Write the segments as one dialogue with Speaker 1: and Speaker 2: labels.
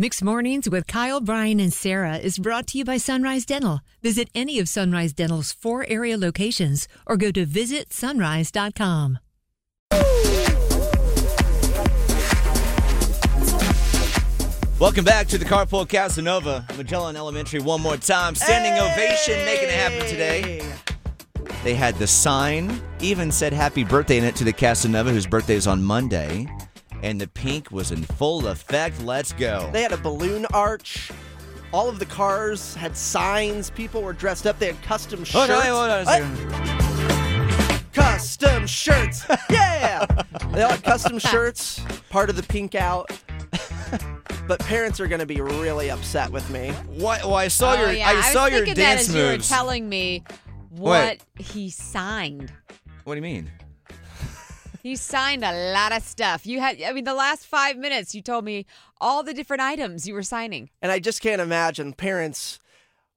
Speaker 1: Mixed Mornings with Kyle, Brian, and Sarah is brought to you by Sunrise Dental. Visit any of Sunrise Dental's four area locations or go to visitsunrise.com.
Speaker 2: Welcome back to the Carpool Casanova, Magellan Elementary, one more time. Standing ovation, making it happen today. They had the sign, even said happy birthday in it to the Casanova, whose birthday is on Monday. And the pink was in full effect. Let's go.
Speaker 3: They had a balloon arch. All of the cars had signs. People were dressed up. They had custom shirts.
Speaker 2: Hold on, Oh, hold on a
Speaker 3: Hey,
Speaker 2: second.
Speaker 3: custom shirts. Yeah. they all had custom shirts. Part of the pink out. but parents are going to be really upset with me.
Speaker 2: Why, well, I saw
Speaker 4: Oh,
Speaker 2: your,
Speaker 4: yeah.
Speaker 2: I saw
Speaker 4: was
Speaker 2: your
Speaker 4: thinking
Speaker 2: dance
Speaker 4: that as You were
Speaker 2: moves.
Speaker 4: telling me what
Speaker 2: Wait.
Speaker 4: he signed.
Speaker 2: what do you mean?
Speaker 4: He signed a lot of stuff. You had, I mean, the last five minutes, you told me all the different items you were signing.
Speaker 3: And I just can't imagine parents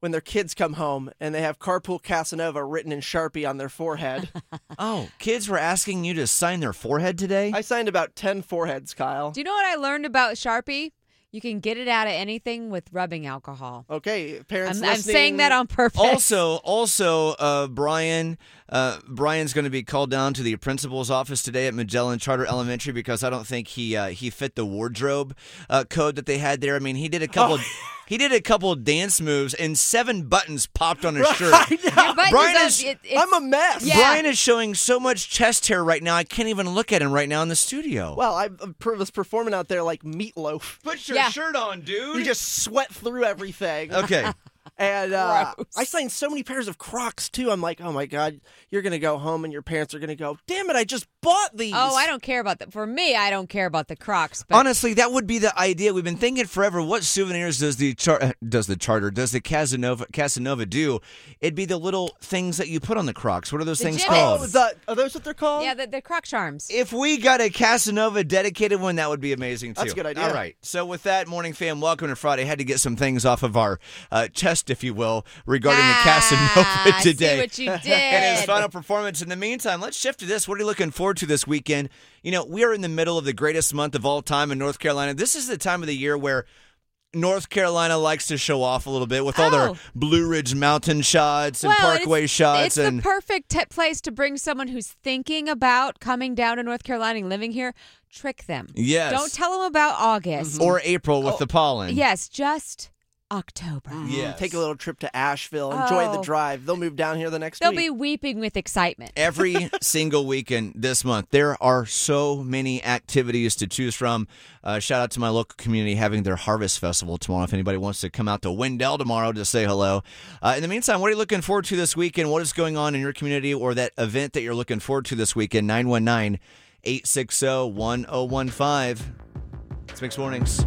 Speaker 3: when their kids come home and they have Carpool Casanova written in Sharpie on their forehead.
Speaker 2: Oh, kids were asking you to sign their forehead today.
Speaker 3: I signed about 10 foreheads, Kyle.
Speaker 4: Do you know what I learned about Sharpie? You can get it out of anything with rubbing alcohol.
Speaker 3: Okay, parents
Speaker 4: I'm, I'm
Speaker 3: listening.
Speaker 4: saying that on purpose.
Speaker 2: also, also, uh, Brian, uh, Brian's going to be called down to the principal's office today at Magellan Charter Elementary because I don't think he uh, he fit the wardrobe uh, code that they had there. I mean, he did a couple. He did a couple dance moves and seven buttons popped on his shirt.
Speaker 4: Your buttons
Speaker 2: Brian
Speaker 4: up,
Speaker 2: is-
Speaker 4: it- it's-
Speaker 3: I'm a mess.
Speaker 4: Yeah.
Speaker 2: Brian is showing so much chest hair right now. I can't even look at him right now in the studio.
Speaker 3: Well, I I was performing out there like meatloaf.
Speaker 2: Put your
Speaker 4: Yeah.
Speaker 2: shirt on, dude.
Speaker 3: You just sweat through everything.
Speaker 2: okay.
Speaker 3: And uh, I signed so many pairs of Crocs too. I'm like, oh my god, you're gonna go home and your parents are gonna go, damn it, I just bought these.
Speaker 4: Oh, I don't care about that. For me, I don't care about the Crocs. But
Speaker 2: Honestly, that would be the idea. We've been thinking forever. What souvenirs does the char- eh, does the charter does the Casanova Casanova do? It'd be the little things that you put on the Crocs. What are those
Speaker 4: The
Speaker 2: things
Speaker 4: gibbets.
Speaker 3: Oh,
Speaker 2: called?
Speaker 3: the, are those what they're called?
Speaker 4: yeah, the, the Croc charms.
Speaker 2: if we got a Casanova dedicated one, that would be amazing too.
Speaker 3: That's a good idea.
Speaker 2: All right. So with that, morning fam, welcome to Friday. Had to get some things off of our uh, chest, if you will, regarding the
Speaker 4: Ah,
Speaker 2: Casanova
Speaker 4: See
Speaker 2: today.
Speaker 4: what you did.
Speaker 2: and his final performance. In the meantime, let's shift to this. What are you looking forward to this weekend? You know, we are in the middle of the greatest month of all time in North Carolina. This is the time of the year where North Carolina likes to show off a little bit with all their
Speaker 4: Oh.
Speaker 2: Blue Ridge Mountain shots and
Speaker 4: Well,
Speaker 2: Parkway
Speaker 4: it's,
Speaker 2: shots
Speaker 4: It's
Speaker 2: and
Speaker 4: the perfect t- place to bring someone who's thinking about coming down to North Carolina and living here. Trick them.
Speaker 2: Yes.
Speaker 4: Don't Oh, tell them about August.
Speaker 2: or April with the pollen.
Speaker 4: Yes, just October.
Speaker 2: Yes.
Speaker 3: Mm, Take a little trip to Asheville. Enjoy the
Speaker 4: Oh.
Speaker 3: drive. They'll move down here the next
Speaker 4: They'll
Speaker 3: week.
Speaker 4: be weeping with excitement.
Speaker 2: every single weekend this month. There are so many activities to choose from. Uh, shout out to my local community having their harvest festival tomorrow. If anybody wants to come out to Wendell tomorrow to say hello. Uh, in the meantime, what are you looking forward to this weekend? What is going on in your community or that event that you're looking forward to this weekend? 919 860 1015. It's mixed mornings.